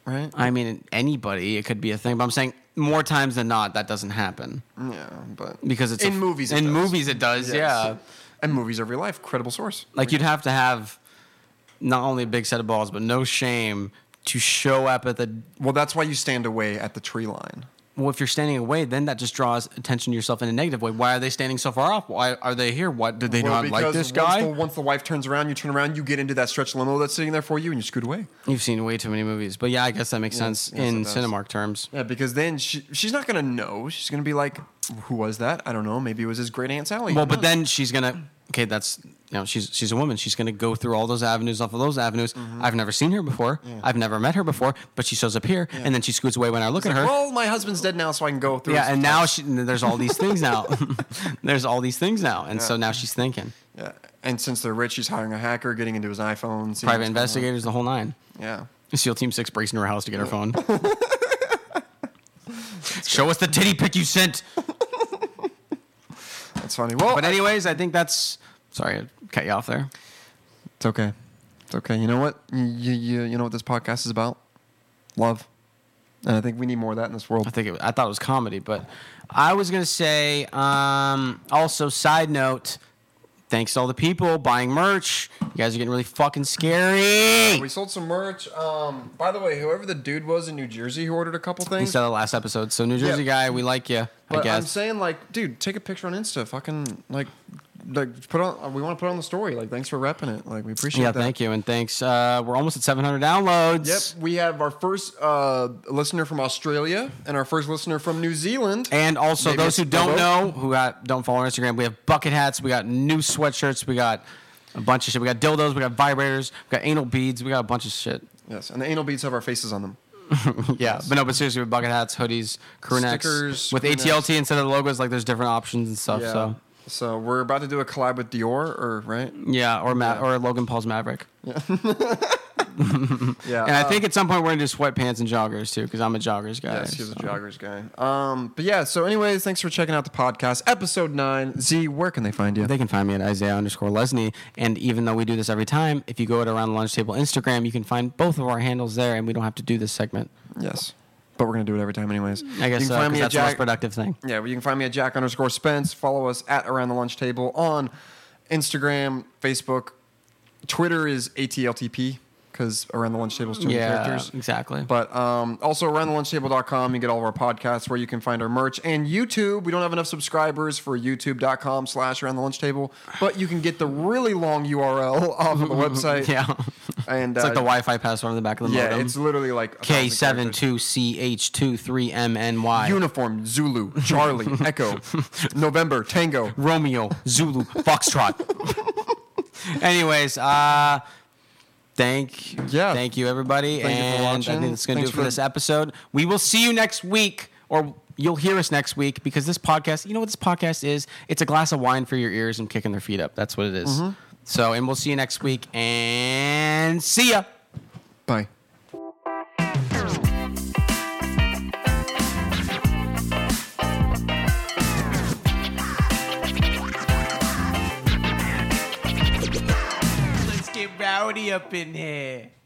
Right? I mean, anybody, it could be a thing, but I'm saying more times than not, that doesn't happen Yeah, but because it's a- in movies. it In does. movies, it does. Yes. Yeah, and movies are real life. Credible source. like you'd have to have not only a big set of balls, but no shame to show up at the. Well, that's why you stand away at the tree line. Well, if you're standing away, then that just draws attention to yourself in a negative way. Why are they standing so far off? Why are they here? What did they Well, not like because this once guy? the- once the wife turns around, you turn around, you get into that stretch limo that's sitting there for you, and you're screwed away. You've seen way too many movies, but yeah, I guess that makes sense yes, in it does. Cinemark terms. Yeah, because then she, she's not gonna know. She's gonna be like, "Who was that? I don't know. Maybe it was his great aunt Sally." Well, Who but knows? then she's gonna. Okay, that's you know she's she's a woman. She's gonna go through all those avenues off of those avenues. Mm-hmm. I've never seen her before. I've never met her before. But she shows up here, and then she scoots away when I look at her. well, my husband's dead now, so I can go through. yeah, his and now house." <laughs> she, there's all these things now. <laughs> there's all these things now, and so now she's thinking. Yeah. And since they're rich, he's hiring a hacker, getting into his iPhone. seeing Private what's going investigators, the whole nine. on. Yeah. SEAL Team Six breaks into her house to get her <laughs> phone. Show us the titty pic you sent. That's funny. Well, But anyways, I think that's. Sorry, I cut you off there. it's okay. It's okay. You know what? You, you, you know what this podcast is about? Love. And I think we need more of that in this world. I think it, I thought it was comedy, but I was gonna say. Um, also, side note, thanks to all the people buying merch. You guys are getting really fucking We scary. sold some merch. Um, by the way, whoever the dude was in New Jersey who ordered a couple He things. said the last episode. So New Jersey guy, we like you. I But I'm guess. saying, like, dude, take a picture on Insta. Fucking, like, like put on. We want to put on the story. Like, thanks for repping it. Like, we appreciate yeah, that. thank you and thanks. Uh, we're almost at 700 downloads. Yep, we have our first uh, listener from Australia and our first listener from New Zealand. And also, Maybe those who it's don't know, Bobo. who got, don't follow on Instagram, we have bucket hats, we got new sweatshirts, we got a bunch of shit. We got dildos, we got vibrators, we got anal beads, we got a bunch of <laughs> shit. Yes, and the anal beads have our faces on them. Yeah, but no, but seriously, with bucket hats, hoodies, crew necks, Stickers, with crew ATLT instead of the logos, like there's different options and stuff. Yeah. So So we're about to do a collab with Dior, or right? yeah, or Ma- Yeah. or Logan Paul's Maverick. Yeah. And I uh, think at some point we're gonna do sweatpants and joggers too, because I'm a joggers guy. yes, he's a so. joggers guy. Um, but yeah. So, anyways, thanks for checking out the podcast, episode nine. Z, where can they find you? They can find me at Isaiah underscore Lesney. And even though we do this every time, if you go to Around the Lunch Table Instagram, you can find both of our handles there, and we don't have to do this segment. yes, but we're gonna do it every time, anyways. I guess you can uh, 'cause find me at that's the most Jack. productive thing. Yeah, well, you can find me at Jack underscore Spence. Follow us at Around the Lunch Table on Instagram, Facebook, Twitter is ATLTP because Around the Lunch Table is too many Yeah, characters. exactly. But um, also around the lunchtable.com, you get all of our podcasts where you can find our merch and YouTube. We don't have enough subscribers for youtube.com slash around the lunch table, but you can get the really long URL off of the <laughs> website. yeah, <laughs> And it's like the uh, Wi-Fi password on the back of the Yeah, modem. it's literally like a K thousand seven characters. two C H two three M N Y. Uniform, Zulu, <laughs> Charlie, Echo, November, Tango, Romeo, Zulu, Foxtrot. <laughs> Anyways, uh, thank Yeah. thank you everybody, Thank you for and I watching. think that's gonna Thanks do it for for- this episode. We will see you next week, or you'll hear us next week because this podcast, you know what this podcast is? It's a glass of wine for your ears and kicking their feet up. That's what it is. Mm-hmm. So, and we'll see you next week, and see ya. Bye. Let's get rowdy up in here.